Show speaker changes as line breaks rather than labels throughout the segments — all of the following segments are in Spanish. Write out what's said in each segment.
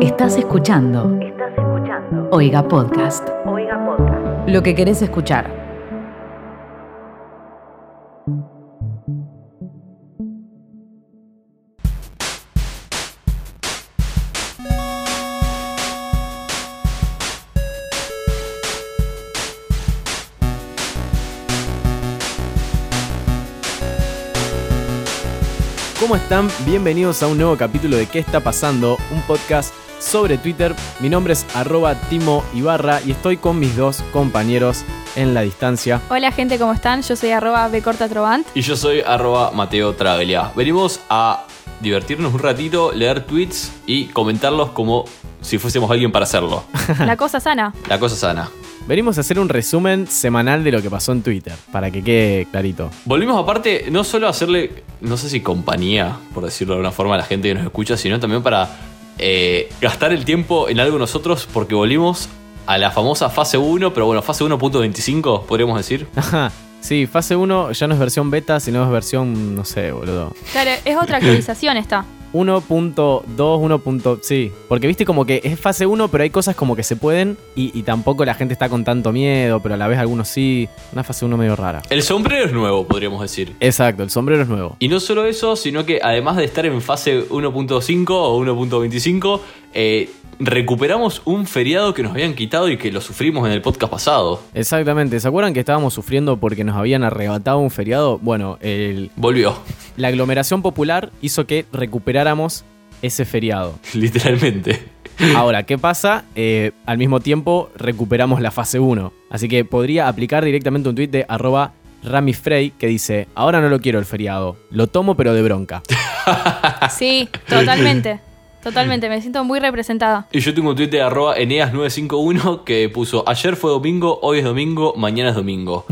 Estás escuchando. Estás escuchando. Oiga Podcast. Oiga Podcast. Lo que querés escuchar.
¿Cómo están? Bienvenidos a un nuevo capítulo de ¿Qué está pasando? Un podcast sobre Twitter. Mi nombre es arroba Timo Ibarra y estoy con mis dos compañeros en la distancia.
Hola gente, ¿cómo están? Yo soy arroba bcortatrovant.
Y yo soy arroba Mateo Travelia. Venimos a divertirnos un ratito, leer tweets y comentarlos como si fuésemos alguien para hacerlo.
La cosa sana.
La cosa sana.
Venimos a hacer un resumen semanal de lo que pasó en Twitter, para que quede clarito.
Volvimos aparte no solo a hacerle, no sé si compañía, por decirlo de alguna forma, a la gente que nos escucha, sino también para eh, gastar el tiempo en algo nosotros, porque volvimos a la famosa fase 1, pero bueno, fase 1.25, podríamos decir.
Ajá. Sí, fase 1 ya no es versión beta, sino es versión, no sé, boludo.
Claro, es otra actualización esta.
1.2, 1. Sí, porque viste como que es fase 1, pero hay cosas como que se pueden y, y tampoco la gente está con tanto miedo, pero a la vez algunos sí. Una fase 1 medio rara.
El sombrero es nuevo, podríamos decir.
Exacto, el sombrero es nuevo.
Y no solo eso, sino que además de estar en fase 1.5 o 1.25, eh, recuperamos un feriado que nos habían quitado y que lo sufrimos en el podcast pasado.
Exactamente, ¿se acuerdan que estábamos sufriendo porque nos habían arrebatado un feriado? Bueno, el-
Volvió,
la aglomeración popular hizo que recuperáramos ese feriado.
literalmente.
Ahora, ¿qué pasa? Eh, al mismo tiempo recuperamos la fase 1. Así que podría aplicar directamente un tuit de arroba Rami Frey que dice, ahora no lo quiero el feriado, lo tomo pero de bronca.
Sí, totalmente. Totalmente, me siento muy representada.
Y yo tengo un tweet de arroba Eneas951 que puso ayer fue domingo, hoy es domingo, mañana es domingo.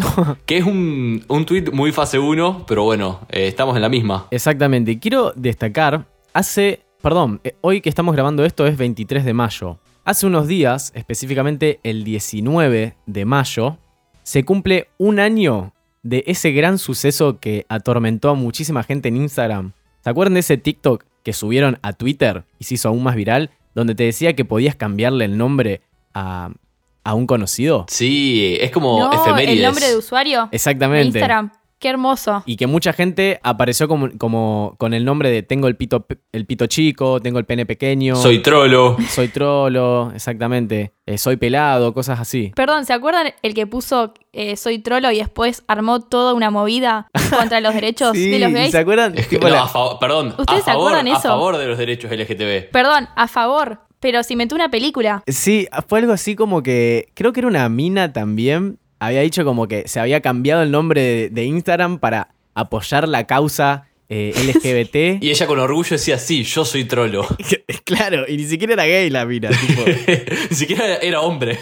que es un, un tweet muy fase 1, pero bueno, eh, estamos en la misma.
Exactamente, y quiero destacar, hace, perdón, eh, hoy que estamos grabando esto es 23 de mayo. Hace unos días, específicamente el 19 de mayo, se cumple un año de ese gran suceso que atormentó a muchísima gente en Instagram. ¿Se acuerdan de ese TikTok que subieron a Twitter y se hizo aún más viral? Donde te decía que podías cambiarle el nombre a, a un conocido.
Sí, es como
no,
efemérides.
el nombre de usuario de
Exactamente.
Instagram. Qué hermoso.
Y que mucha gente apareció como, como con el nombre de tengo el pito, pe- el pito chico, tengo el pene pequeño,
Soy trolo.
soy trolo, exactamente, eh, soy pelado, cosas así.
Perdón, ¿se acuerdan el que puso eh, Soy Trolo y después armó toda una movida contra los derechos de los gays?
¿se acuerdan?
Es que,
Tipo
no,
la-
a favor- perdón, a
¿Ustedes se
favor,
acuerdan
a
eso?
favor de los derechos LGTB.
Perdón, a favor, pero se inventó una película.
Sí, fue algo así como que, creo que era una mina también, había dicho como que se había cambiado el nombre de, de Instagram para apoyar la causa eh, LGBT.
Y ella con orgullo decía, sí, yo soy trolo.
Claro, y ni siquiera era gay la mina, tipo.
Ni siquiera era hombre.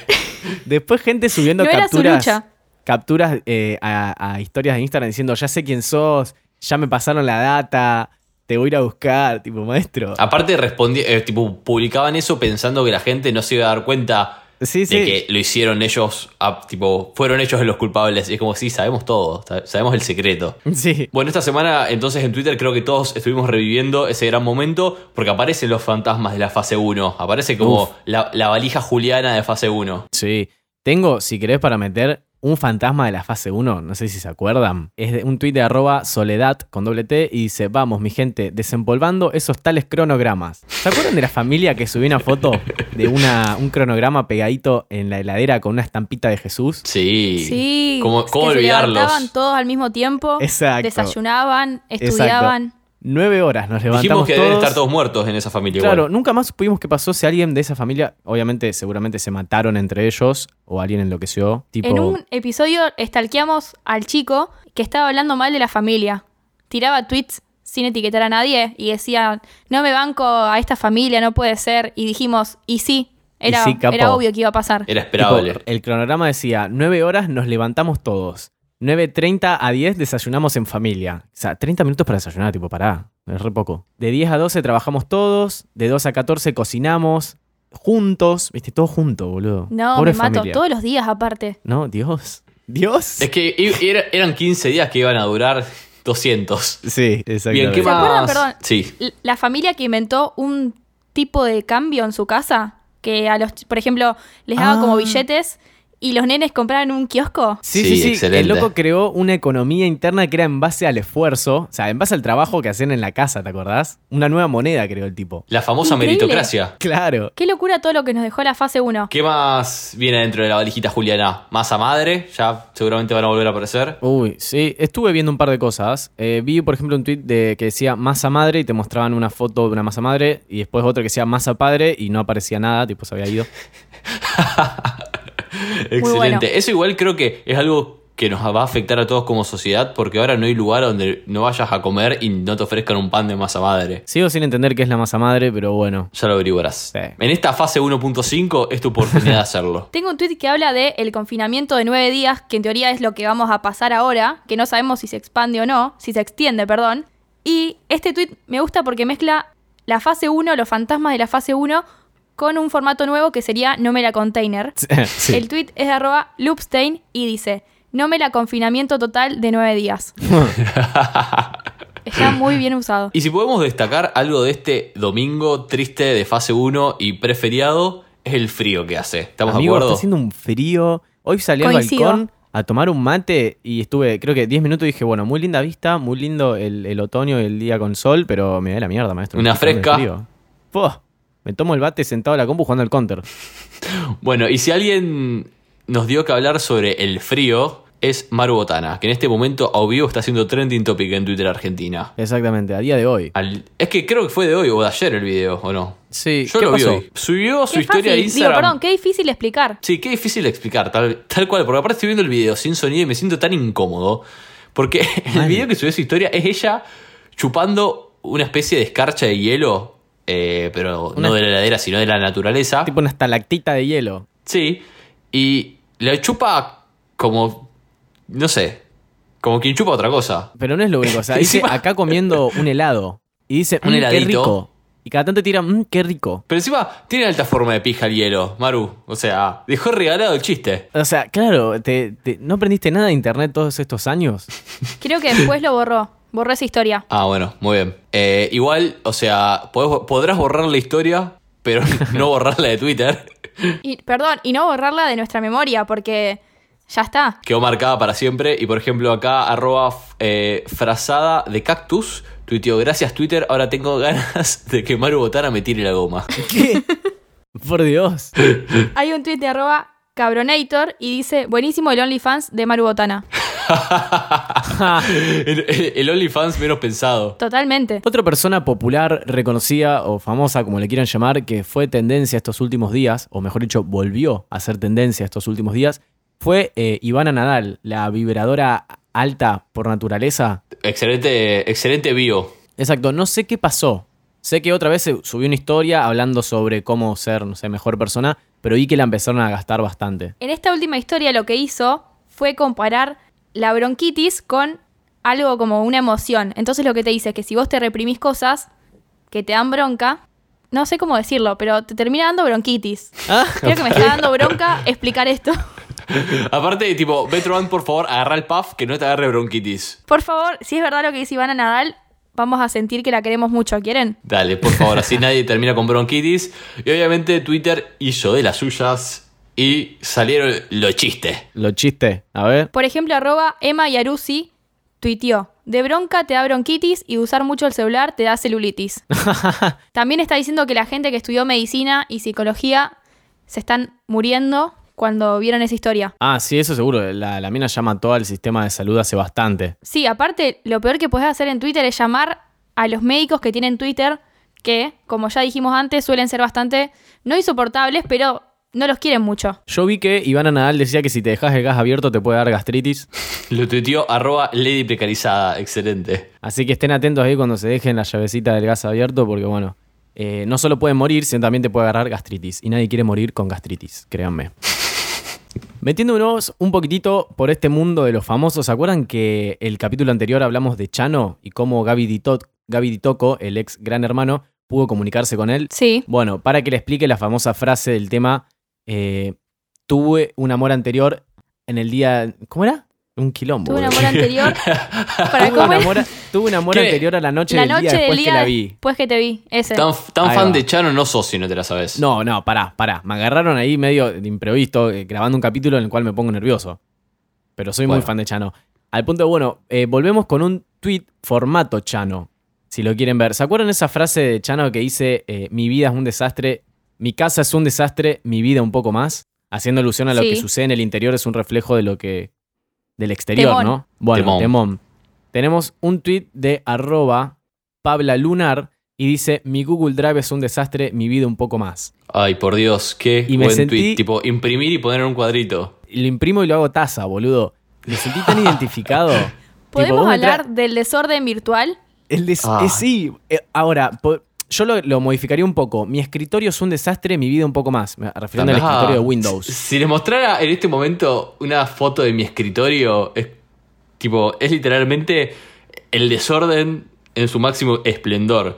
Después gente subiendo
No era su
capturas,
lucha.
capturas eh, a, a historias de Instagram diciendo ya sé quién sos, ya me pasaron la data, te voy a ir a buscar, tipo maestro.
Aparte respondí, eh, tipo, publicaban eso pensando que la gente no se iba a dar cuenta
Sí,
de
sí.
que lo hicieron ellos, a- tipo, fueron ellos los culpables. Y es como, sí, sabemos todo, sa- sabemos el secreto.
Sí.
Bueno, esta semana entonces en Twitter creo que todos estuvimos reviviendo ese gran momento porque aparecen los fantasmas de la fase 1. Aparece
Uf.
como la, la valija juliana de fase 1.
Sí. Tengo, si querés, para meter un fantasma de la fase 1, no sé si se acuerdan. Es de un tuit de arroba soledad con doble T y dice, vamos, mi gente, desempolvando esos tales cronogramas. ¿Se acuerdan de la familia que subió una foto de una, un cronograma pegadito en la heladera con una estampita de Jesús?
Sí.
Sí,
¿Cómo, cómo
que se levantaban
olvidarlos?
todos al mismo tiempo,
Exacto.
desayunaban, estudiaban.
Nueve horas nos
Dijimos
levantamos
que
todos.
deben estar todos muertos en esa familia.
Claro,
igual.
nunca más supimos qué pasó si alguien de esa familia, obviamente, seguramente se mataron entre ellos o alguien enloqueció. Tipo,
En un episodio estalqueamos al chico que estaba hablando mal de la familia. Tiraba tweets sin etiquetar a nadie y decía, no me banco a esta familia, no puede ser. Y dijimos, y sí,
Y
era,
sí, capo.
era obvio que iba a pasar.
Era
tipo,
esperable.
el cronograma decía, nueve horas nos levantamos todos. 9.30 a 10 desayunamos en familia. O sea, 30 minutos para desayunar, tipo, pará, es re poco. De 10 a 12 trabajamos todos, de 2 a 14 cocinamos, juntos, viste, todo junto, boludo.
No,
Pobre
me mato
familia.
todos los días aparte.
No, Dios. Dios.
Es que i- era- eran 15 días que iban a durar 200.
Sí, exactamente.
Bien, ¿qué
¿Se acuerdan,
más?
perdón?
Sí.
L- La familia que inventó un tipo de cambio en su casa, que a los, ch- por ejemplo, les daba como
Ah.
billetes y los nenes compraban un kiosco.
Sí,
Sí,
sí, sí. El
excelente.
loco creó una economía interna que era en base al esfuerzo, o sea, en base al trabajo que hacían en la casa, ¿te acordás? Una nueva moneda creó el tipo.
La famosa
Increíble.
meritocracia.
Claro.
Qué locura todo lo que nos dejó la fase 1.
¿Qué más viene dentro de la valijita Juliana? Masa madre, ya seguramente van a volver a aparecer.
Uy, sí, estuve viendo un par de cosas. Eh, vi, por ejemplo, un tweet de, que decía masa madre y te mostraban una foto de una masa madre y después otra que decía masa padre y no aparecía nada, tipo se había ido.
Excelente.
bueno.
Eso igual creo que es algo que nos va a afectar a todos como sociedad porque ahora no hay lugar donde no vayas a comer y no te ofrezcan un pan de masa madre.
Sigo sin entender qué es la masa madre, pero bueno.
Ya lo averiguarás.
Sí.
En esta fase 1.5 es tu oportunidad de hacerlo.
Tengo un tweet que habla de el confinamiento de nueve días, que en teoría es lo que vamos a pasar ahora, que no sabemos si se expande o no, si se extiende, perdón. Y este tweet me gusta porque mezcla la fase 1, los fantasmas de la fase 1, con un formato nuevo que sería No me la container.
Sí.
El tweet es de arroba loopstein y dice, No me la confinamiento total de nueve días. Está muy bien usado.
Y si podemos destacar algo de este domingo triste de fase 1 y preferiado, es el frío que hace. ¿Estamos
Amigo,
de acuerdo?
está haciendo un frío. Hoy salí al
Coincido.
balcón a tomar un mate y estuve, creo que 10 minutos y dije, bueno, muy linda vista, muy lindo el, el otoño y el día con sol, pero me da la mierda, maestro.
Una
Estoy cagando de
fresca.
frío. Puh, me tomo el bate sentado a la compu jugando al counter.
Bueno, y si alguien nos dio que hablar sobre el frío, es Maru Botana, que en este momento a vivo está haciendo trending topic en Twitter Argentina.
Exactamente, a día de hoy.
Al- es que creo que fue de hoy o de ayer el video, ¿o no?
Sí,
Yo
¿qué
lo vi
pasó?
hoy. Subió su
Qué
historia a
fácil. Digo,
Instagram.
perdón, qué difícil explicar.
Sí, qué difícil de explicar, tal, tal cual, porque aparte estoy viendo el video sin sonido y me siento tan incómodo, porque el video que subió su historia es ella chupando una especie de escarcha de hielo, eh, pero
Una-
no de la heladera, sino de la naturaleza.
Tipo una estalactita de hielo.
Sí, y la chupa como, no sé, como quien chupa otra cosa.
Pero no es lo único, o sea, dice
Encima-
acá comiendo un helado. Y dice,
Un
"Mm, qué
heladito".
rico. Y cada tanto tira, mmm, qué rico.
Pero encima tiene alta forma de pija el hielo, Maru. O sea, dejó regalado el chiste.
O sea, claro, te- te- ¿no aprendiste nada de internet todos estos años?
Creo que después lo borró. Borró esa historia.
Ah, bueno, muy bien. Eh, igual, o sea, podés- podrás borrar la historia, pero no borrar la de Twitter.
Y, perdón, y no borrarla de nuestra memoria, porque ya está.
Quedó marcada para siempre. Y por ejemplo, acá, arroba eh, frazada de cactus. Tuiteo, gracias Twitter, ahora tengo ganas de que Maru Botana me tire la goma.
¿Qué? Por Dios.
Hay un tweet de arroba cabronator y dice, buenísimo el OnlyFans de Maru Botana.
el, el- el OnlyFans menos pensado.
Totalmente.
Otra persona popular, reconocida o famosa, como le quieran llamar, que fue tendencia estos últimos días, o mejor dicho, volvió a ser tendencia estos últimos días, fue eh, Ivana Nadal, la vibradora alta por naturaleza.
Excelente, excelente bio.
Exacto, no sé qué pasó. Sé que otra vez se subió una historia hablando sobre cómo ser, no sé, mejor persona, pero vi que la empezaron a gastar bastante.
En esta última historia lo que hizo fue comparar la bronquitis con algo como una emoción. Entonces lo que te dice es que si vos te reprimís cosas que te dan bronca, no sé cómo decirlo, pero te termina dando bronquitis. Creo que me está dando bronca explicar esto.
Aparte, tipo, Betroban, por favor, agarra el puff que no te agarre bronquitis.
Por favor, si es verdad lo que dice Ivana Nadal, vamos a sentir que la queremos mucho, ¿quieren?
Dale, por favor, así nadie termina con bronquitis. Y obviamente Twitter hizo de las suyas y salieron los chistes.
Lo chiste, a ver.
Por ejemplo, arroba Emma Yaruzzi tuiteó, de bronca te da bronquitis y usar mucho el celular te da celulitis. También está diciendo que la gente que estudió medicina y psicología se están muriendo cuando vieron esa historia.
Ah, sí, eso seguro. La, la mina llama a todo el sistema de salud hace bastante.
Sí, aparte, lo peor que puedes hacer en Twitter es llamar a los médicos que tienen Twitter, que, como ya dijimos antes, suelen ser bastante, no insoportables, pero no los quieren mucho.
Yo vi que Ivana Nadal decía que si te dejas el gas abierto te puede dar gastritis.
Lo tuiteó arroba Lady Precarizada. Excelente.
Así que estén atentos ahí cuando se dejen la llavecita del gas abierto porque, bueno, eh, no solo pueden morir, sino también te puede agarrar gastritis. Y nadie quiere morir con gastritis, créanme. Metiéndonos un poquitito por este mundo de los famosos, ¿se acuerdan que el capítulo anterior hablamos de Chano y cómo Gaby, Dito- Gaby Ditoco, el ex gran hermano, pudo comunicarse con él?
Sí.
Bueno, para que le explique la famosa frase del tema, eh, tuve un amor anterior en el día... ¿Cómo era? Un quilombo.
Tuve un
boludo.
amor anterior. ¿Para
Tuve un
cómo era?
amor, tuve un amor
¿Qué?
anterior a la noche
La
del día
noche
después
del día
que la vi.
después que te vi. Ese.
Tan, tan
Ahí
fan
va.
de Chano no sos si no te la sabes.
No, no, pará, pará. Me agarraron ahí medio de imprevisto, eh, grabando un capítulo en el cual me pongo nervioso. Pero soy
Bueno.
muy fan de Chano. Al punto de, bueno, eh, volvemos con un tweet formato Chano, si lo quieren ver. ¿Se acuerdan esa frase de Chano que dice, eh, mi vida es un desastre, mi casa es un desastre, mi vida un poco más? Haciendo alusión a lo
Sí.
que sucede en el interior es un reflejo de lo que... del exterior,
Temón.
¿no? Bueno,
Temón.
temón. Tenemos un tweet de arroba Pabla Lunar y dice, mi Google Drive es un desastre, mi vida un poco más.
Ay, por Dios, qué
Y me
buen
sentí-
tweet. Tipo, imprimir y poner en un cuadrito.
Y lo imprimo y lo hago taza, boludo. Me sentí tan identificado. Tipo,
¿Podemos
vos entrás-
hablar del desorden virtual?
El des-
Ah.
eh, sí, Eh, ahora, po- yo lo, lo modificaría un poco. Mi escritorio es un desastre, mi vida un poco más. Me- Refiriendo al
También-
escritorio de
Ah,
Windows.
Si, si les mostrara en este momento una foto de mi escritorio, es tipo, es literalmente el desorden en su máximo esplendor.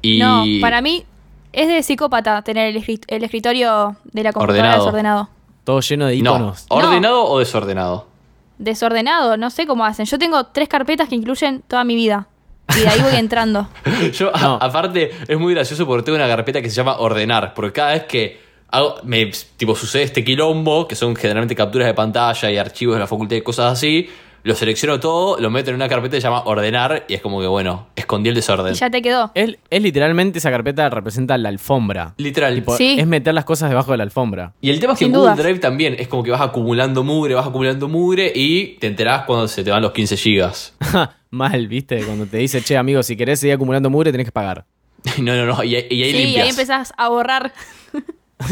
Y
No, para mí es de psicópata tener el, escrit- el escritorio de la computadora
Ordenado.
desordenado.
Todo lleno de
no.
iconos.
¿Ordenado o desordenado?
Desordenado, no sé cómo hacen. Yo tengo tres carpetas que incluyen toda mi vida. Y de ahí voy entrando.
Yo, a-
No.
aparte, es muy gracioso porque tengo una carpeta que se llama Ordenar. Porque cada vez que hago, me tipo, sucede este quilombo, que son generalmente capturas de pantalla y archivos de la facultad y cosas así, lo selecciono todo, lo meto en una carpeta que se llama Ordenar y es como que, bueno, escondí el
Y
desorden.
ya te quedó.
Es, es literalmente esa carpeta representa la alfombra.
Literal.
Tipo,
Sí.
Es meter las cosas debajo de la alfombra.
Y el tema es que
Sin
en Google
dudas.
Drive también es como que vas acumulando mugre, vas acumulando mugre y te enterás cuando se te van los 15 gigas.
Mal, viste, cuando te dice, che, amigo, si querés seguir acumulando mugre, tenés que pagar.
no, no, no. Y, ahí- y ahí
sí, y
limpias.
ahí empezás a borrar.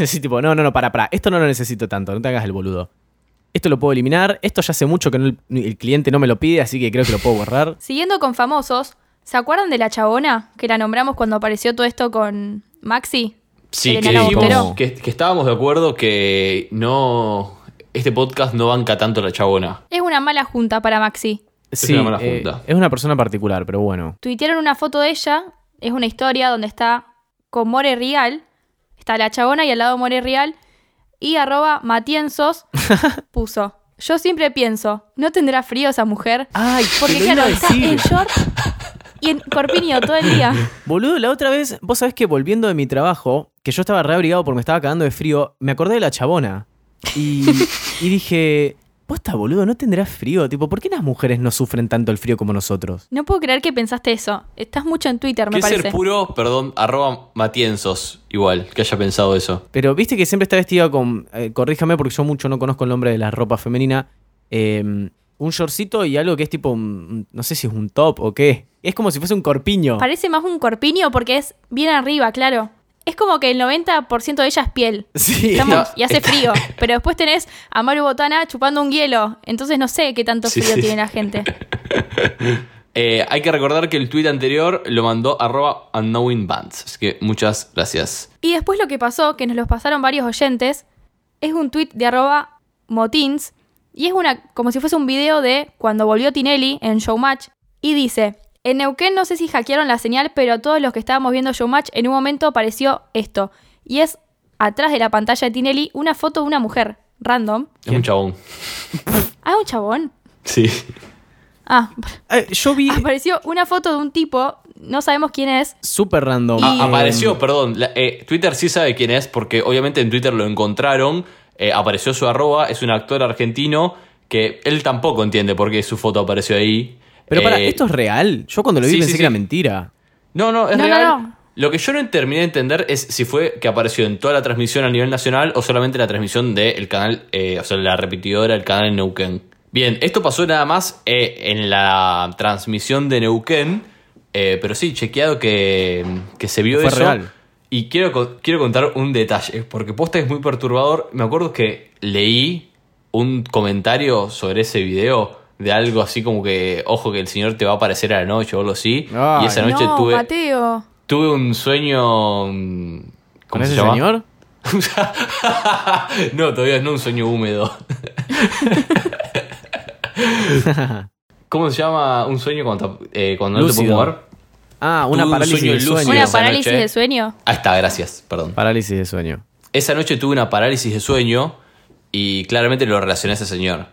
Sí, tipo, no, no, no, para, para. Esto no lo necesito tanto, no te hagas el boludo. Esto lo puedo eliminar. Esto ya hace mucho que no- el cliente no me lo pide, así que creo que lo puedo borrar.
Siguiendo con famosos, ¿se acuerdan de la chabona que la nombramos cuando apareció todo esto con Maxi?
Sí,
El
que
enano
dijimos
Botero.
que, que estábamos de acuerdo que no. Este podcast no banca tanto la chabona.
Es una mala junta para Maxi.
Sí,
una mala
eh,
junta.
es una persona particular, pero bueno.
Tuitearon una foto de ella, es una historia donde está con More Rial, está la chabona y al lado More Rial, y arroba Matienzos puso. Yo siempre pienso, ¿no tendrá frío esa mujer?
Ay,
Porque claro, está en short y en corpiño todo el día.
Boludo, la otra vez, vos sabés que volviendo de mi trabajo, que yo estaba reabrigado porque me estaba cagando de frío, me acordé de la chabona. Y, y dije, posta, boludo, ¿no tendrás frío? Tipo, ¿por qué las mujeres no sufren tanto el frío como nosotros?
No puedo creer que pensaste eso. Estás mucho en Twitter, me
Que
parece.
ser puro, perdón, arroba matienzos, igual, que haya pensado eso.
Pero viste que siempre está vestida con. eh, corríjame porque yo mucho no conozco el nombre de la ropa femenina. eh, un shortcito y algo que es tipo. un- un- no sé si es un top o qué. Es como si fuese un corpiño.
Parece más un corpiño porque es bien arriba, claro. Es como que el 90% de ella es piel.
Sí.
Estamos-
Está-
y hace frío. Pero después tenés a Maru Botana chupando un hielo. Entonces no sé qué tanto
Sí,
frío
sí.
tiene la gente.
Eh, hay que recordar que el tweet anterior lo mandó arroba unknowingbands. Así que muchas gracias.
Y después lo que pasó, que nos los pasaron varios oyentes, es un tuit de arroba motins. Y es una, como si fuese un video de cuando volvió Tinelli en Showmatch. Y dice, en Neuquén no sé si hackearon la señal, pero todos los que estábamos viendo Showmatch en un momento apareció esto. Y es, atrás de la pantalla de Tinelli, una foto de una mujer, random.
Es un chabón.
Ah, un chabón.
Sí.
Ah,
Eh, yo vi.
apareció una foto de un tipo, no sabemos quién es.
Súper random.
Y-
Eh,
Ah, apareció, perdón. la- eh, Twitter sí sabe quién es, porque obviamente en Twitter lo encontraron. eh, apareció su arroba, es un actor argentino que él tampoco entiende por qué su foto apareció ahí.
Pero para,
Eh,
¿esto es real? Yo cuando lo vi
sí, sí,
pensé
sí.
que era mentira.
No, no, es
No, no,
real.
no.
Lo que yo no terminé de entender es si fue que apareció en toda la transmisión a nivel nacional o solamente la transmisión del canal, eh, o sea, la repetidora del canal en Neuquén. Bien, esto pasó nada más eh, en la transmisión de Neuquén, eh, pero sí, chequeado que, que se vio
Fue
eso.
real.
Y quiero, co- quiero contar un detalle, porque posta es muy perturbador. Me acuerdo que leí un comentario sobre ese video de algo así como que, ojo que el señor te va a aparecer a la noche o algo así. y
Ay.
esa noche
no,
tuve...
Mateo.
Tuve un sueño. mm, ¿Cómo
¿Con
se
ese
llama?
señor?
no, todavía no un sueño húmedo. ¿Cómo se llama un sueño cuando, eh, cuando no te puedes
Lúcido.
mover?
Ah, una
Tuve un
parálisis
sueño
de
lúcido.
sueño.
Sí,
Una
esa
parálisis
noche.
de sueño.
Ahí está, gracias, perdón.
Parálisis de sueño.
Esa noche tuve una parálisis de sueño y claramente lo relacioné a ese señor.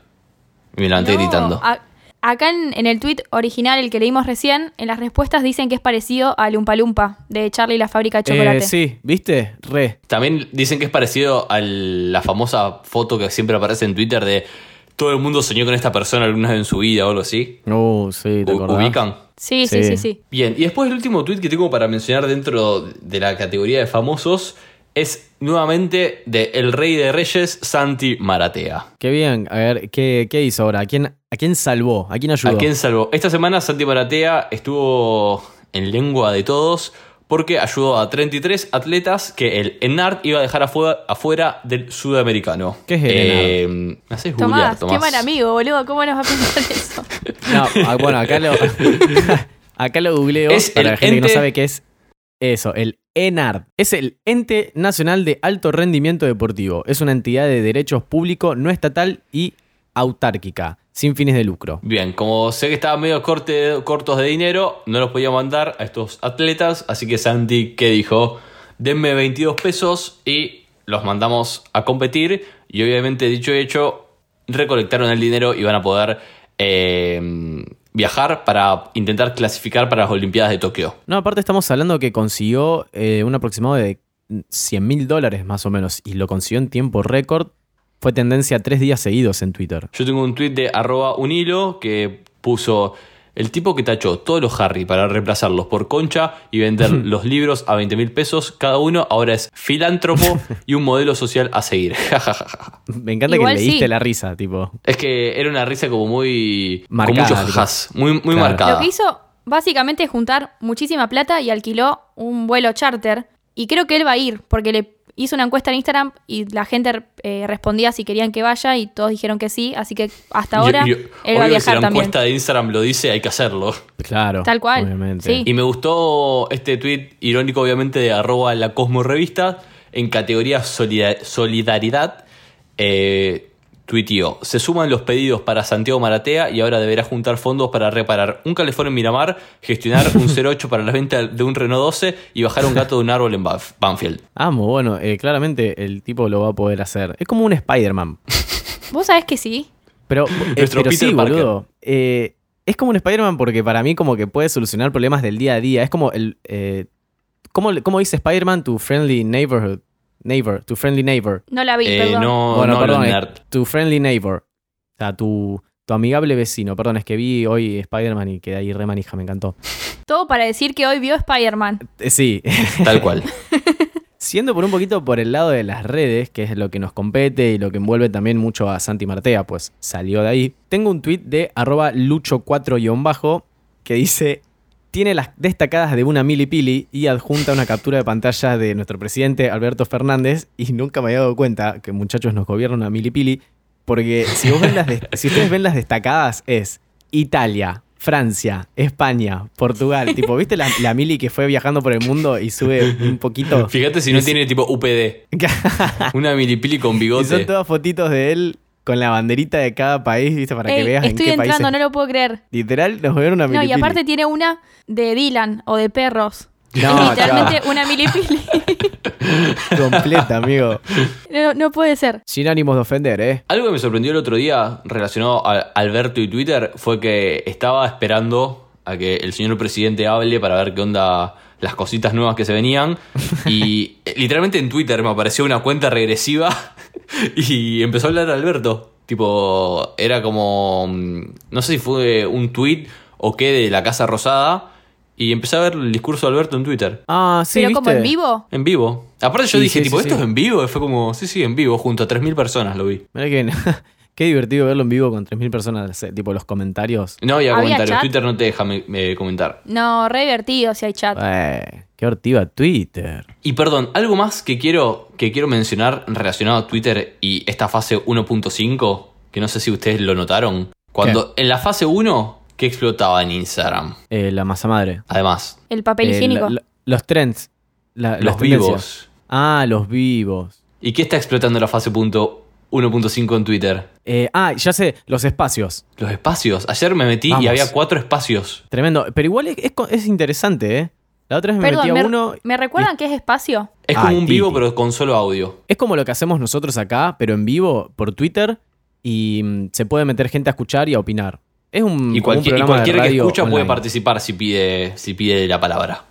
Y me levanté
No, Ah.
gritando.
a- acá en, en el tweet original, el que leímos recién, en las respuestas dicen que es parecido al Umpalumpa de Charlie y la fábrica de chocolate.
Eh, sí, ¿viste? Re.
También dicen que es parecido a la famosa foto que siempre aparece en Twitter de todo el mundo soñó con esta persona alguna vez en su vida o algo así.
Uh, sí, te
U-
acordás.
¿Ubican?
sí, sí,
Sí.
sí, sí.
Bien, y después el último tweet que tengo para mencionar dentro de la categoría de famosos es nuevamente de El Rey de Reyes, Santi Maratea.
Qué bien. A ver, ¿qué, qué hizo ahora? ¿A quién, ¿A quién salvó? ¿A quién ayudó?
¿A quién salvó? Esta semana Santi Maratea estuvo en lengua de todos porque ayudó a 33 atletas que el ENART iba a dejar afuera, afuera del sudamericano.
¿Qué es el
Eh, me haces googlear,
Tomás,
Tomás.
qué mal amigo, boludo. ¿Cómo nos va a pensar eso?
No, ah, bueno, acá lo, acá lo googleo
Es
para
el
la gente que no
ente-
sabe qué es eso, el E ENARD. Es el Ente Nacional de Alto Rendimiento Deportivo. Es una entidad de derechos público no estatal y autárquica, sin fines de lucro.
Bien, como sé que estaban medio corte, cortos de dinero, no los podía mandar a estos atletas, así que Santi, ¿qué dijo? Denme 22 pesos y los mandamos a competir. Y obviamente, dicho y hecho, recolectaron el dinero y van a poder eh, viajar para intentar clasificar para las Olimpiadas de Tokio.
No, aparte estamos hablando que consiguió eh, un aproximado de 100 mil dólares más o menos y lo consiguió en tiempo récord. Fue tendencia tres días seguidos en Twitter.
Yo tengo un tweet de arroba un hilo que puso el tipo que tachó todos los Harry para reemplazarlos por concha y vender los libros a 20 mil pesos cada uno, ahora es filántropo y un modelo social a seguir. Jajajaja.
Me encanta
Igual
que le
sí.
diste la risa, tipo.
es que era una risa como muy...
Marcada,
con
tipo.
muchos jajas, muy, muy
Claro.
marcada.
Lo que hizo básicamente es juntar muchísima plata y alquiló un vuelo charter. Y creo que él va a ir, porque le hizo una encuesta en Instagram y la gente eh, respondía si querían que vaya y todos dijeron que sí. Así que hasta ahora
Y- y-
él va a
obvio que si
viajar
la
también.
encuesta de Instagram lo dice, hay que hacerlo.
Claro.
Tal cual,
Obviamente.
sí.
Y me gustó este tweet irónico, obviamente, de arroba la Cosmo Revista, en categoría solida- solidaridad. Eh, tuiteó, se suman los pedidos para Santiago Maratea y ahora deberá juntar fondos para reparar un calefón en Miramar, gestionar un 08 para la venta de un Renault 12 y bajar un gato de un árbol en Banf- Banfield.
Amo, bueno, eh, claramente el tipo lo va a poder hacer. Es como un Spider-Man.
Vos sabés que sí.
Pero, eh,
Nuestro
pero sí,
Peter Parker.
boludo. Eh, es como un Spider-Man porque para mí como que puede solucionar problemas del día a día. Es como el... eh, ¿cómo, le- cómo dice Spider-Man? Tu friendly neighborhood. Neighbor. Tu friendly neighbor.
No la vi,
Eh,
perdón.
no,
bueno,
no,
perdón. eh.
lo
es
nerd.
tu friendly neighbor. O sea, tu, tu amigable vecino. Perdón, es que vi hoy Spider-Man y quedé ahí re manija, me encantó.
Todo para decir que hoy vio Spider-Man.
Eh, sí,
Tal cual.
Siendo por un poquito por el lado de las redes, que es lo que nos compete y lo que envuelve también mucho a Santi Martea, pues salió de ahí. Tengo un tuit de arroba lucho4-bajo que dice, tiene las destacadas de una milipili y adjunta una captura de pantalla de nuestro presidente Alberto Fernández y nunca me había dado cuenta que muchachos nos gobierna una milipili porque si, vos ven las des- si ustedes ven las destacadas es Italia, Francia, España, Portugal. Tipo, ¿viste la, la mili que fue viajando por el mundo y sube un poquito?
Fíjate si no tiene tipo UPD, una milipili con
y son
bigote.
todas fotitos de él con la banderita de cada país, ¿viste? Para
Ey,
que veas en
estoy
qué país.
entrando, no lo puedo creer.
Literal, nos vieron una
No, y
milipili.
aparte tiene una de Dylan o de perros.
No,
es literalmente una milipili.
completa, amigo.
no, no puede ser.
Sin ánimos de ofender, ¿eh?
Algo que me sorprendió el otro día relacionado a Alberto y Twitter fue que estaba esperando a que el señor presidente hable para ver qué onda las cositas nuevas que se venían. Y eh, literalmente en Twitter me apareció una cuenta regresiva y empezó a hablar Alberto. Tipo, era como, mm, no sé si fue un tweet o qué de la Casa Rosada. Y empecé a ver el discurso de Alberto en Twitter.
Ah, sí,
Pero
¿viste?
como en vivo.
En vivo. Aparte yo
Sí,
dije,
sí,
tipo,
sí,
¿esto
sí.
es en vivo? Y fue como, sí, sí, en vivo, junto a 3.000 personas lo vi.
Mirá que bien. Qué divertido verlo en vivo con 3.000 personas, eh, tipo los comentarios.
No había,
¿Había
comentarios.
chat?
Twitter no te deja me- me comentar.
No, re divertido si hay chat.
Eh, qué hortiva Twitter.
Y perdón, algo más que quiero, que quiero mencionar relacionado a Twitter y esta fase 1.5, que no sé si ustedes lo notaron. Cuando en la fase 1, ¿qué explotaba en Instagram?
Eh, la masa madre.
Además,
El papel
Eh,
higiénico.
la- la- los trends. La- las
los
tendencias.
vivos.
Ah, los vivos.
¿Y qué está explotando la fase punto 1.5 en Twitter?
Eh, ah, ya sé, los espacios.
Los espacios. Ayer me metí
Vamos.
y había cuatro espacios.
Tremendo. Pero igual es, es co- es interesante, ¿eh? La otra vez me
Perdón,
metí a
¿me,
uno.
me recuerdan que es espacio?
Es como
Ay,
un vivo,
Titi.
pero con solo audio.
Es como lo que hacemos nosotros acá, pero en vivo, por Twitter. y mm, se puede meter gente a escuchar y a opinar. Es un, Mm, como
Y,
un
cualquier, y
programa de
cualquiera que
radio
escucha puede
online.
participar si pide, si pide la palabra.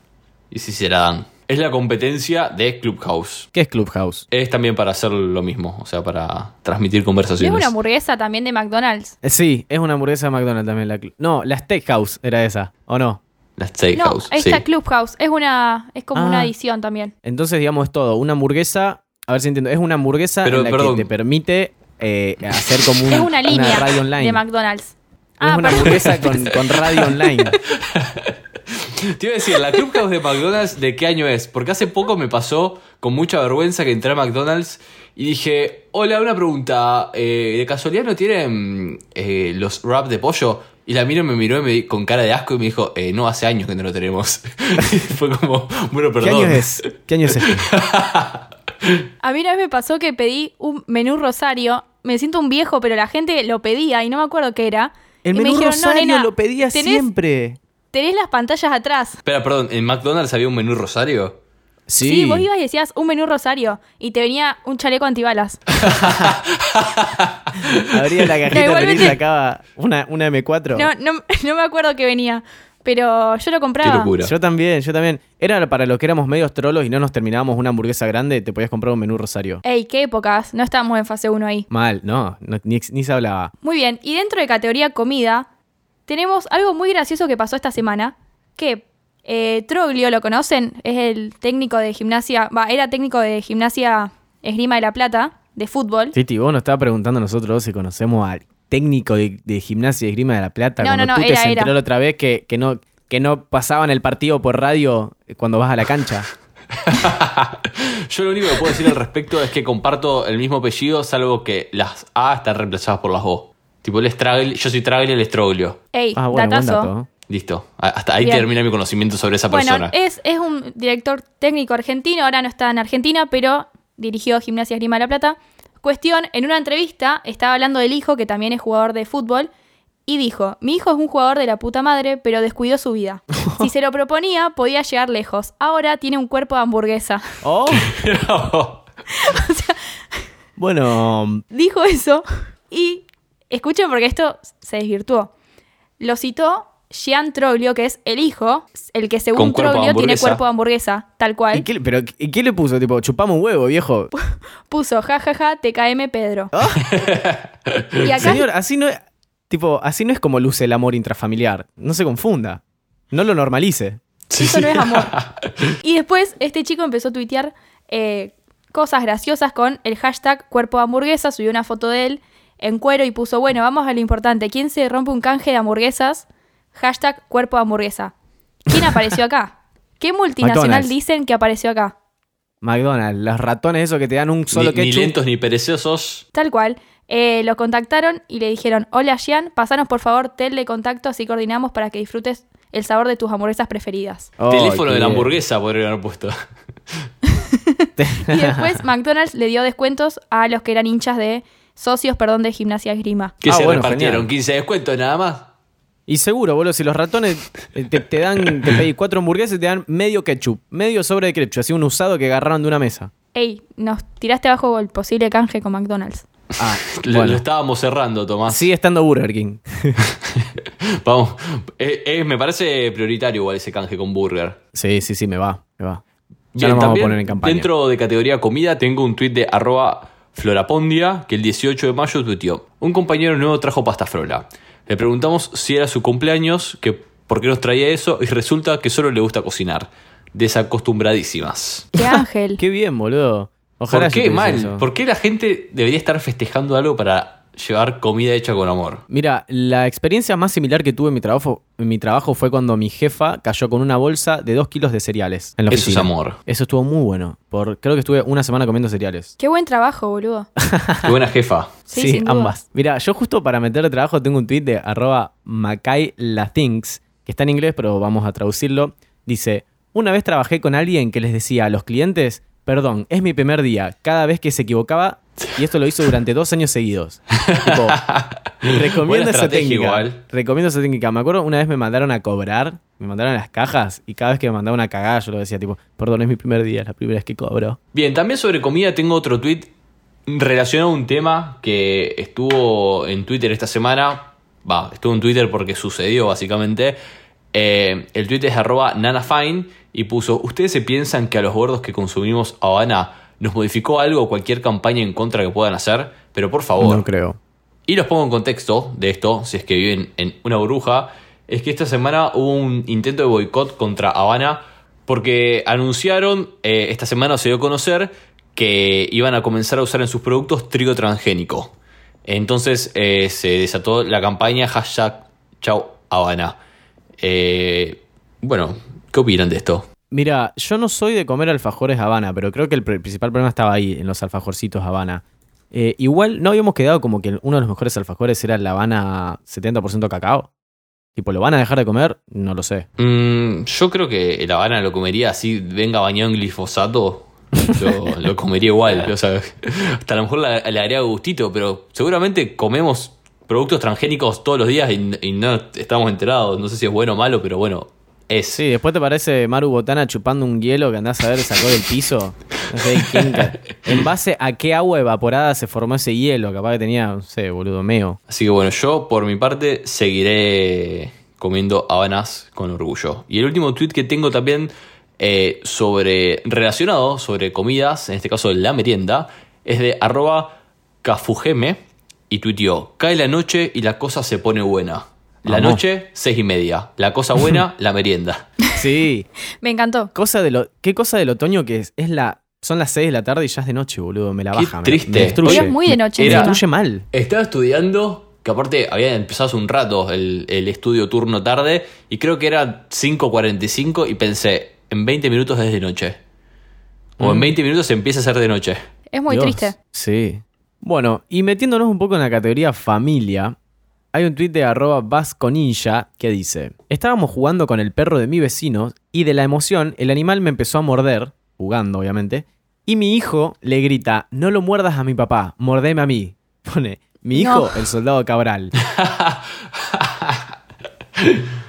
Y si se la dan. Es la competencia de Clubhouse.
¿Qué es Clubhouse?
Es también para hacer lo mismo, o sea, para transmitir conversaciones.
Es una hamburguesa también de McDonald's.
Eh, Sí, es una hamburguesa de McDonald's también. La cl- no, la Steakhouse era esa, ¿o no?
La
No,
Steakhouse. sí.
esta Clubhouse es una es como
Ah.
una adición también.
Entonces, digamos, es todo. Una hamburguesa, a ver si entiendo, es una hamburguesa
Pero,
en la
perdón.
que te permite eh, hacer como un-
es una línea
radio online.
de McDonald's. Ah,
No es una
perdón.
hamburguesa con, con radio online.
Te iba a decir, la Clubhouse de McDonald's, ¿de qué año es? Porque hace poco me pasó con mucha vergüenza que entré a McDonald's y dije, hola, una pregunta, eh, ¿de casualidad no tienen eh, los wraps de pollo? Y la miro me miró y me di- con cara de asco y me dijo, "Eh, no, hace años que no lo tenemos. Y Fue como, bueno,
¿Qué
perdón.
año es? ¿Qué año es este?
A mí una vez me pasó que pedí un menú rosario. Me siento un viejo, pero la gente lo pedía y no me acuerdo qué era.
El
Y me
menú
dijeron, "No,
Rosario
nena,
lo pedía
tenés-
siempre.
Tenés las pantallas atrás.
Espera, perdón, ¿en McDonald's había un menú rosario?
Sí. vos ibas y decías un menú rosario y te venía un chaleco antibalas.
Abría la
No,
cajita feliz
igualmente-
y sacaba una, una M4.
No, no, no me acuerdo qué venía, pero yo lo compraba.
Qué locura.
Yo también, yo también. Era para los que éramos medios trolos y no nos terminábamos una hamburguesa grande, te podías comprar un menú Rosario.
Ey, qué épocas. No estábamos en fase 1 ahí.
Mal, no, no- ni, ni se hablaba.
Muy bien, y dentro de categoría comida, tenemos algo muy gracioso que pasó esta semana, que eh, Troglio, ¿lo conocen? Es el técnico de gimnasia, va, era técnico de gimnasia Esgrima de la Plata, de fútbol.
Titi, vos nos estabas preguntando a nosotros dos si conocemos al técnico de, de gimnasia y esgrima de La Plata.
No,
cuando
no, no,
tú te
era,
se
era.
enteró la otra vez que, que no, que no pasaban el partido por radio cuando vas a la cancha.
Yo lo único que puedo decir al respecto es que comparto el mismo apellido, salvo que las A están reemplazadas por las O. Tipo, el Stragli- yo soy Tragle, el Estroglio.
Ey,
Ah, bueno, buen
datazo.
dato.
Listo. A- Hasta ahí
Bien.
termina mi conocimiento sobre esa persona.
Bueno, eh, es, es un director técnico argentino, ahora no está en Argentina, pero dirigió Gimnasia Esgrima de la Plata. Cuestión, en una entrevista estaba hablando del hijo, que también es jugador de fútbol, y dijo, mi hijo es un jugador de la puta madre, pero descuidó su vida. Si se lo proponía, podía llegar lejos. Ahora tiene un cuerpo de hamburguesa.
Oh, bueno,
Dijo eso y escuchen porque esto se desvirtuó. Lo citó Gian Troglio, que es el hijo, el que
Con
según
cuerpo de
Troglio tiene
hamburguesa.
cuerpo de hamburguesa, tal cual.
¿y qué, le- pero, ¿y qué le puso? Tipo, chupamos un huevo, viejo.
puso jajaja TKM Pedro. y acá
Señor, así no, es- tipo, así no es como luce el amor intrafamiliar. No se confunda. No lo normalice.
eso no es amor. Y después este chico empezó a tuitear eh, cosas graciosas con el hashtag cuerpo de hamburguesa, subió una foto de él en cuero y puso, bueno, vamos a lo importante, ¿quién se rompe un canje de hamburguesas? Hashtag cuerpo de hamburguesa. ¿Quién apareció acá? ¿Qué multinacional
McDonald's.
dicen que apareció acá?
McDonald's, los ratones esos que te dan un solo
ni, ni
ketchup.
lentos ni perezosos.
Tal cual. Eh, lo contactaron y le dijeron, hola Gian, pasanos por favor telecontacto así coordinamos para que disfrutes el sabor de tus hamburguesas preferidas.
Ay,
Teléfono
qué
de la
bien.
hamburguesa podría haber puesto.
Y después McDonald's le dio descuentos a los que eran hinchas de socios, perdón, de gimnasia esgrima.
Que
Ah,
se
bueno,
repartieron
genial.
15 descuentos nada más.
Y seguro, boludo, si los ratones eh, te, te dan, te pedís cuatro hamburguesas y te dan medio ketchup, medio sobre de ketchup, así un usado que agarraron de una mesa.
Ey, nos tiraste abajo el posible canje con McDonald's.
Ah,
Lo, lo estábamos cerrando, Tomás.
Sigue estando Burger King.
Vamos. Eh, eh, me parece prioritario igual ese canje con burger.
Sí, sí, sí, me va, me va. Ya
Bien,
no vamos a
también,
poner en campaña.
Dentro de categoría comida tengo un tuit de arroba florapondia que el 18 de mayo tuiteó. Un compañero nuevo trajo pasta frola. Le preguntamos si era su cumpleaños, que por qué nos traía eso y resulta que solo le gusta cocinar. Desacostumbradísimas.
¡Qué ángel!
Qué bien, boludo. Ojalá
¿Por
yo
qué
tuviese
mal?
eso.
¿Por qué la gente debería estar festejando algo para llevar comida hecha con amor?
Mira, la experiencia más similar que tuve en mi trabajo, en mi trabajo fue cuando mi jefa cayó con una bolsa de dos kilos de cereales. En la
Eso es
oficina.
amor.
Eso estuvo muy bueno. Por, creo que estuve una semana comiendo cereales.
¡Qué buen trabajo, boludo!
Qué buena jefa.
Sí,
Sí,
sin duda.
ambas. Mira, yo justo para meter de trabajo tengo un tweet de arroba MacayLathings, que está en inglés, pero vamos a traducirlo. Dice, una vez trabajé con alguien que les decía a los clientes, perdón, es mi primer día, cada vez que se equivocaba, y esto lo hizo durante dos años seguidos. Tipo,
Buena
recomiendo esa
estrategia
técnica.
igual.
Recomiendo esa técnica. Me acuerdo una vez me mandaron a cobrar, me mandaron a las cajas, y cada vez que me mandaban a cagar, yo lo decía tipo, perdón, es mi primer día, es la primera vez que cobro.
Bien, también sobre comida tengo otro tweet relacionó un tema que estuvo en Twitter esta semana. Va, estuvo en Twitter porque sucedió básicamente. Eh, el tweet es arroba nanafine y puso, ¿ustedes se piensan que a los gordos que consumimos Habana nos modificó algo o cualquier campaña en contra que puedan hacer? Pero por favor.
No creo.
Y los pongo en contexto de esto, si es que viven en una burbuja, es que esta semana hubo un intento de boicot contra Habana porque anunciaron, eh, esta semana se dio a conocer que iban a comenzar a usar en sus productos trigo transgénico. Entonces eh, se desató la campaña hashtag Chau Habana. Eh, bueno, ¿qué opinan de esto?
Mira, yo no soy de comer alfajores Habana, pero creo que el pr- principal problema estaba ahí, en los alfajorcitos Habana. Eh, igual, ¿no habíamos quedado como que uno de los mejores alfajores era la Habana 70% cacao? Tipo, ¿lo van a dejar de comer? No lo sé.
Mm, yo creo que el Habana lo comería así, venga bañado en glifosato. Lo, lo comería igual, o sea, hasta a lo mejor la- le haría gustito, pero seguramente comemos productos transgénicos todos los días y, y no estamos enterados. No sé si es bueno o malo, pero bueno, es.
Sí, después te parece Maru Botana chupando un hielo que andás a ver sacó del piso. No sé, ¿quién ca- en base a qué agua evaporada se formó ese hielo, capaz que tenía, no sé, boludo meo.
Así que bueno, yo por mi parte seguiré comiendo habanas con orgullo. Y el último tweet que tengo también eh, sobre relacionado sobre comidas, en este caso la merienda, es de arroba cafugeme y tuiteó, cae la noche y la cosa se pone buena. La
Vamos.
noche, seis y media. La cosa buena, la merienda.
Sí,
Me encantó.
cosa de lo, qué cosa del otoño que es, es la, son las 6 de la tarde y ya es de noche, boludo, me la
Qué
baja. me-
triste.
Me, destruye.
Hoy
es muy de noche
Me
encima.
destruye mal.
Estaba estudiando, que aparte había empezado hace un rato el, el estudio turno tarde, y creo que era 5.45 y pensé, en 20 minutos es de noche. O en 20 minutos empieza a ser de noche.
Es muy
Dios.
triste.
Sí. Bueno, y metiéndonos un poco en la categoría familia, hay un tuit de arroba vasconinja que dice, estábamos jugando con el perro de mi vecino y de la emoción el animal me empezó a morder, jugando obviamente, y mi hijo le grita, no lo muerdas a mi papá, mordeme a mí. Pone, mi hijo, el soldado Cabral.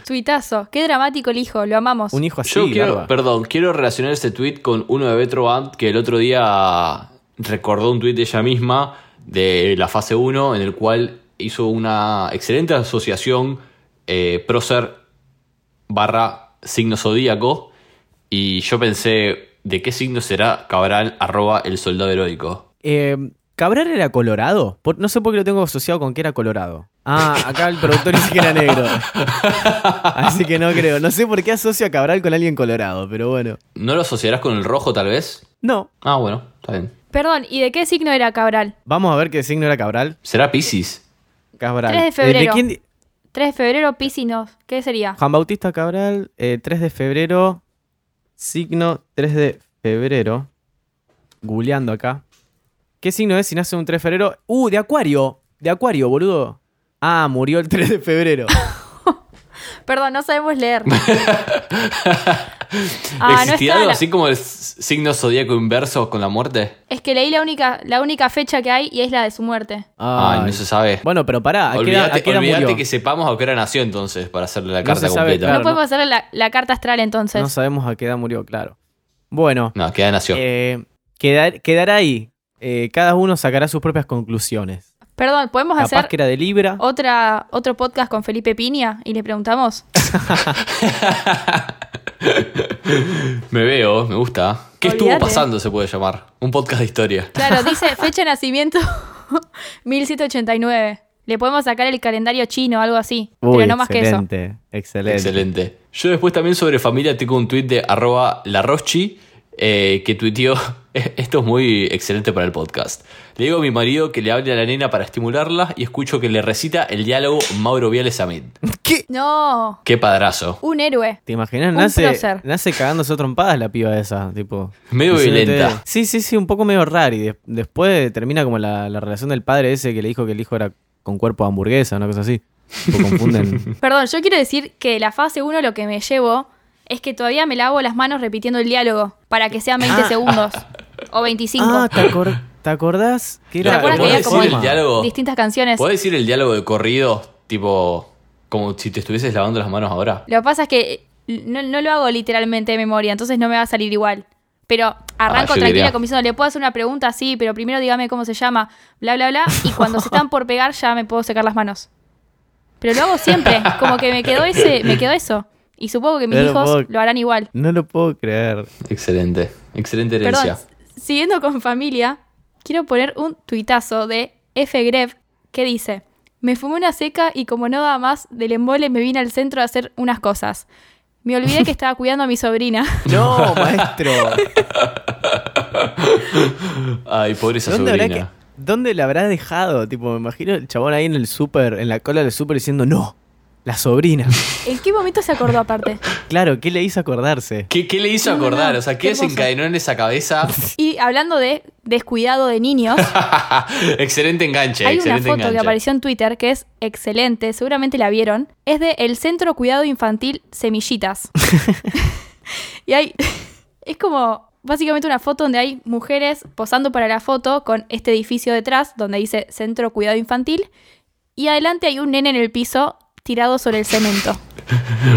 Tuitazo. Qué dramático el hijo. Lo amamos.
Un hijo así,
Yo quiero,
barba.
perdón, quiero relacionar este tweet con uno de Betro Band que el otro día recordó un tweet de ella misma de la fase 1 en el cual hizo una excelente asociación eh, prócer barra signo zodíaco y yo pensé de qué signo será Cabral arroba el soldado heroico.
Eh, ¿Cabral era colorado? Por- no sé por qué lo tengo asociado con que era colorado. Ah, acá el productor dice que era negro. Así que no creo. No sé por qué asocio a Cabral con alguien colorado, pero bueno.
¿No lo asociarás con el rojo tal vez?
No.
Ah, bueno, está bien.
Perdón, ¿y de qué signo era Cabral?
Vamos a ver qué signo era Cabral.
¿Será Piscis?
Cabral.
3 de
Eh,
febrero.
quién di-
3 de febrero, Piscinos. ¿Qué sería?
Juan Bautista Cabral, eh, 3 de febrero. Signo 3 de febrero. Googleando acá. ¿Qué signo es si nace un 3 de febrero? Uh, de Acuario. De Acuario, boludo. Ah, murió el 3 de febrero.
Perdón, no sabemos leer. ah, no
¿Existirá
está.
algo
la-
así como el s- signo zodíaco inverso con la muerte?
Es que leí la única, la única fecha que hay y es la de su muerte.
Ay, no se sabe.
Bueno, pero pará, Ah, ¿a qué edad-
Olvídate,
a qué edad
olvídate
murió?
que sepamos a qué hora nació entonces para hacerle la
No
carta
se sabe,
completa.
claro.
no podemos hacer la, la carta astral entonces.
No sabemos a qué edad murió, claro. Bueno,
No, qué edad nació.
eh, quedar- quedará ahí. Eh, cada uno sacará sus propias conclusiones.
Perdón, ¿podemos
Capaz
hacer
que era de Libra.
otra, otro podcast con Felipe Piña y le preguntamos?
Me veo, me gusta. ¿Qué estuvo
Olvídate.
pasando se puede llamar? Un podcast de historia.
Claro, dice fecha de nacimiento 1789. Le podemos sacar el calendario chino o algo así.
Uy,
pero no más que eso.
excelente, excelente.
Excelente. Yo después también sobre familia tengo un tuit de arroba larrochi eh, que tuiteó, esto es muy excelente para el podcast. Le digo a mi marido que le hable a la nena para estimularla y escucho que le recita el diálogo Mauro Viales Amid.
No,
Qué padrazo.
un héroe.
¿Te imaginas?
Un
Nace,
prócer.
nace cagándose a trompadas la piba esa, tipo.
Medio
diciéndote-
violenta.
Sí, sí, sí, un poco medio raro. Y de- después termina como la, la relación del padre ese que le dijo que el hijo era con cuerpo de hamburguesa, una cosa así. Tipo, confunden.
Perdón, yo quiero decir que de la fase 1 lo que me llevo es que todavía me lavo las manos repitiendo el diálogo para que sean 20 segundos o 25.
ah, ¿te, acor- te acordás que
¿Te
era.
acuerdas que había como
¿Podés
el-
decir-
diálogo?
Distintas canciones.
¿Puedes decir el diálogo de corrido, tipo, como si te estuvieses lavando las manos ahora?
Lo que pasa es que no, no lo hago literalmente de memoria, entonces no me va a salir igual. Pero arranco
Ah, yo
tranquila
diría-
como diciendo, le puedo hacer una pregunta, sí, pero primero dígame cómo se llama, bla, bla, bla. Y cuando se están por pegar ya me puedo secar las manos. Pero lo hago siempre, como que me quedó, ese, me quedó eso. Y supongo que mis
No lo
hijos
puedo-
lo harán igual.
No lo puedo creer.
Excelente. Excelente herencia.
Perdón, siguiendo con familia, quiero poner un tuitazo de F. Grev que dice: Me fumé una seca y como no daba más, del embole me vine al centro a hacer unas cosas. Me olvidé que estaba cuidando a mi sobrina.
No, maestro.
Ay, pobre esa
¿Dónde, habrá
sobrina.
que- ¿Dónde la habrá dejado? Tipo, me imagino el chabón ahí en el súper, en la cola del súper diciendo, no, la sobrina.
¿En qué momento se acordó aparte?
Claro, ¿qué le hizo acordarse?
¿Qué, qué le hizo
No, no,
acordar?
no,
O sea,
qué
¿qué
hermoso.
desencadenó en esa cabeza?
Y hablando de descuidado de niños,
excelente enganche,
hay una
excelente
foto
enganche.
que apareció en Twitter que es excelente, seguramente la vieron. Es de el Centro Cuidado Infantil Semillitas. y hay. Es como básicamente una foto donde hay mujeres posando para la foto con este edificio detrás donde dice Centro Cuidado Infantil. Y adelante hay un nene en el piso tirado sobre el cemento.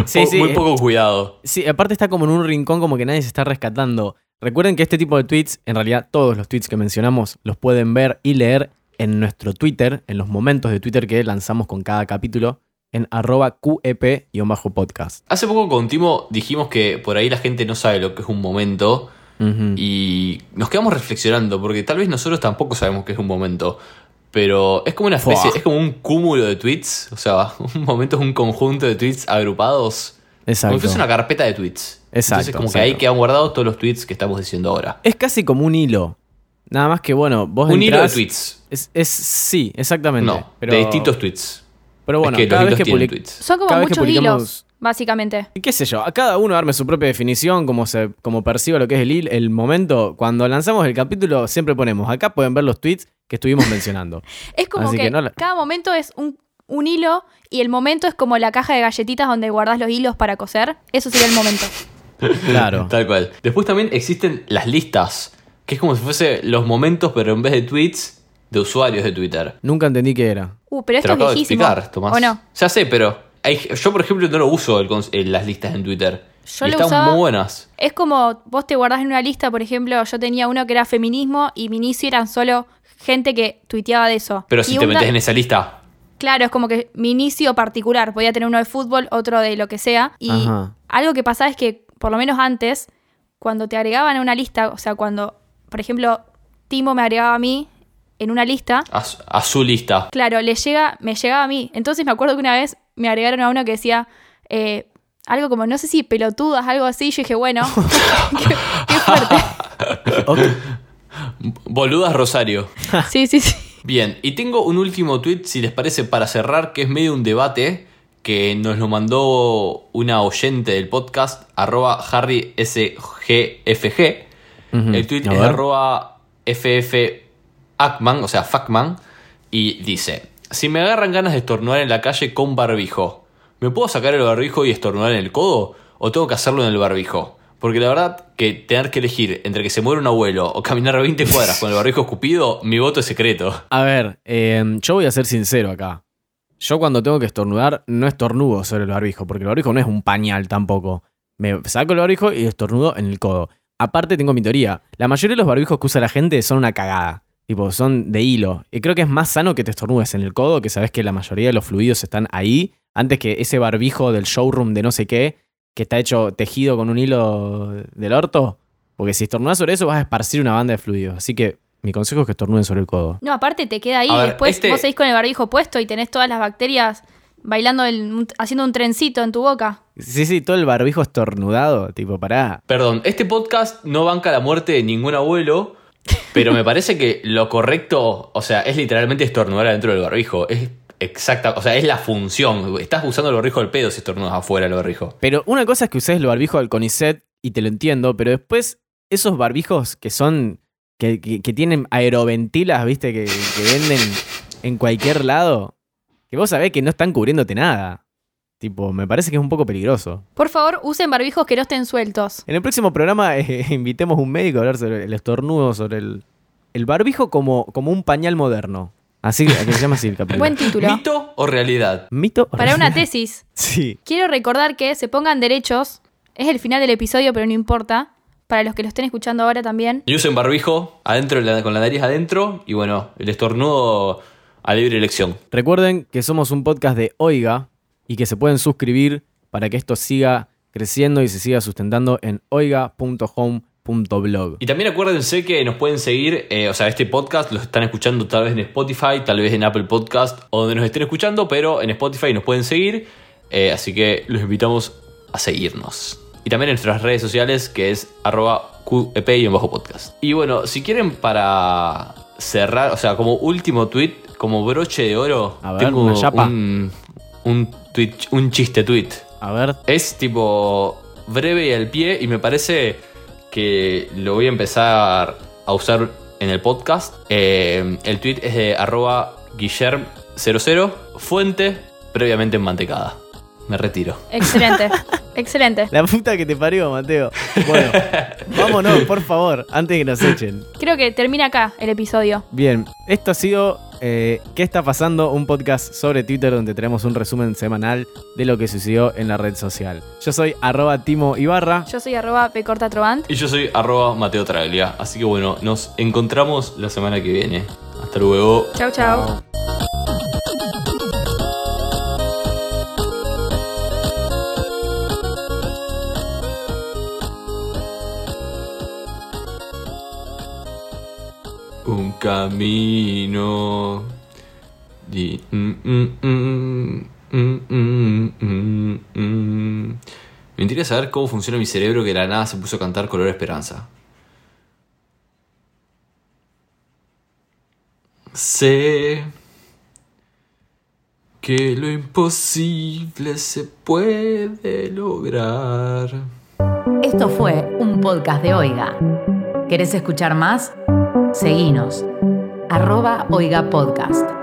Sí,
Po-
sí.
Muy
eh,
poco cuidado.
Sí, aparte está como en un rincón como que nadie se está rescatando. Recuerden que este tipo de tweets, en realidad todos los tweets que mencionamos, los pueden ver y leer en nuestro Twitter, en los momentos de Twitter que lanzamos con cada capítulo, en arroba E QEP-podcast.
Hace poco con Timo dijimos que por ahí la gente no sabe lo que es un momento
Ujú.
y nos quedamos reflexionando porque tal vez nosotros tampoco sabemos qué es un momento. Pero es como una especie,
Fuah.
es como un cúmulo de tweets. O sea, un momento es un conjunto de tweets agrupados. Como
Exacto.
si fuese una carpeta de tweets. Entonces,
Exacto,
como
exacto.
que ahí quedan guardados todos los tweets que estamos diciendo ahora.
Es casi como un hilo. Nada más que, bueno, vos
Un hilo de
entrás-
tweets.
Es, es- sí, exactamente.
No,
pero,
de distintos tweets.
Pero bueno,
es que
cada
los
vez
hilos
que
tienen
public-
tweets.
Son como
Cada vez que
muchos hilos,
publicamos-
básicamente.
Y qué sé yo, a cada uno arme su propia definición, como se como perciba lo que es el, hil- el momento. Cuando lanzamos el capítulo siempre ponemos, acá pueden ver los tweets que estuvimos mencionando.
Es como
Así
que,
que no la-
cada momento es un, un hilo y el momento es como la caja de galletitas donde guardás los hilos para coser. Eso sería el momento.
Claro.
Tal cual. Después también existen las listas, que es como si fuese los momentos, pero en vez de tweets, de usuarios de Twitter.
Nunca entendí qué era.
Uh, pero
Te
esto
lo
es
acabo de
viejísimo.
explicar, Tomás.
¿O no?
Ya sé, pero hay- yo, por ejemplo, no lo uso el cons- eh, las listas en Twitter.
Yo
y
lo
están
usaba-
muy buenas.
Es como vos te guardás en una lista, por ejemplo, yo tenía uno que era feminismo y mi inicio eran solo gente que tuiteaba de eso.
Pero
Y
si te
una-
metes en esa lista,
Claro, es como que mi inicio particular. Podía tener uno de fútbol, otro de lo que sea. Y
Ajá.
algo que pasaba es que, por lo menos antes, cuando te agregaban a una lista, o sea, cuando, por ejemplo, Timo me agregaba a mí en una lista,
a, su- a su lista.
claro, le llega, me llegaba a mí. Entonces me acuerdo que una vez me agregaron a uno que decía eh, algo como, no sé si pelotudas, algo así. Yo dije, bueno, qué, qué fuerte.
Ok.
Boludas Rosario.
Sí, sí, sí.
Bien, y tengo un último tweet, si les parece, para cerrar, que es medio un debate que nos lo mandó una oyente del podcast, arroba harrysgfg.
Ujú.
El tweet
A
es de
ver.
arroba ffacman, o sea, facman, y dice, si me agarran ganas de estornudar en la calle con barbijo, ¿me puedo sacar el barbijo y estornudar en el codo? ¿O tengo que hacerlo en el barbijo? Porque la verdad que tener que elegir entre que se muera un abuelo o caminar 20 cuadras con el barbijo escupido, mi voto es secreto.
A ver, eh, yo voy a ser sincero acá. Yo cuando tengo que estornudar, no estornudo sobre el barbijo, porque el barbijo no es un pañal tampoco. Me saco el barbijo y estornudo en el codo. Aparte tengo mi teoría. La mayoría de los barbijos que usa la gente son una cagada. Tipo, son de hilo. Y creo que es más sano que te estornudes en el codo, que sabes que la mayoría de los fluidos están ahí, antes que ese barbijo del showroom de no sé qué, que está hecho tejido con un hilo del orto. Porque si estornudas sobre eso vas a esparcir una banda de fluidos. Así que mi consejo es que estornuden sobre el codo.
No, aparte te queda ahí
A
y
ver,
después
este-
vos seguís con el barbijo puesto y tenés todas las bacterias bailando, el- un- haciendo un trencito en tu boca.
Sí, sí, todo el barbijo estornudado, tipo, pará.
Perdón, este podcast no banca la muerte de ningún abuelo, pero me parece que lo correcto, o sea, es literalmente estornudar adentro del barbijo. Es exacta, o sea, es la función. Estás usando el barbijo al pedo si estornudas afuera del barbijo.
Pero una cosa es que uses el barbijo del Conicet y te lo entiendo, pero después esos barbijos que son, que, que- que tienen aeroventilas, viste, que, que venden en cualquier lado, que vos sabés que no están cubriéndote nada. Tipo, me parece que es un poco peligroso.
Por favor, usen barbijos que no estén sueltos.
En el próximo programa eh, invitemos a un médico a hablar sobre el estornudo, sobre el, el barbijo como, como un pañal moderno. Así que, que se llama así el capítulo.
Buen título.
¿Mito o realidad?
¿Mito? o
Para una
realidad?
tesis,
Sí.
quiero recordar que se pongan derechos. Es el final del episodio, pero no importa. para los que lo estén escuchando ahora también.
Y usen barbijo adentro, la- con la nariz adentro. Y bueno, el estornudo a libre elección.
Recuerden que somos un podcast de Oiga y que se pueden suscribir para que esto siga creciendo y se siga sustentando en oiga.home.blog.
Y también acuérdense que nos pueden seguir, eh, o sea, este podcast lo están escuchando tal vez en Spotify, tal vez en Apple Podcast, o donde nos estén escuchando, pero en Spotify nos pueden seguir, eh, así que los invitamos a seguirnos. Y también en nuestras redes sociales, que es arroba QEP y en bajo podcast. Y bueno, si quieren para cerrar, o sea, como último tweet, como broche de oro,
A ver, una chapa.
un, un, tweet, un chiste tweet.
A ver,
Es tipo breve y al pie y me parece que lo voy a empezar a usar en el podcast. Eh, el tweet es de arroba guillerm00, fuente previamente mantecada. Me retiro.
Excelente, excelente.
la puta que te parió, Mateo. Bueno, vámonos, por favor, antes que nos echen.
Creo que termina acá el episodio.
Bien, esto ha sido eh, ¿Qué está pasando? Un podcast sobre Twitter donde tenemos un resumen semanal de lo que sucedió en la red social. Yo soy arroba Timo Ibarra.
Yo soy arroba pcortatrovant.
Y yo soy arroba Mateo Traglia. Así que bueno, nos encontramos la semana que viene. Hasta luego.
Chau, chau.
Un camino. Di- mm, mm, mm, mm, mm, mm, mm. Me interesa saber cómo funciona mi cerebro que de la nada se puso a cantar Color Esperanza. Sé que lo imposible se puede lograr.
Esto fue un podcast de Oiga. ¿Querés escuchar más? Seguinos. Arroba Oiga Podcast.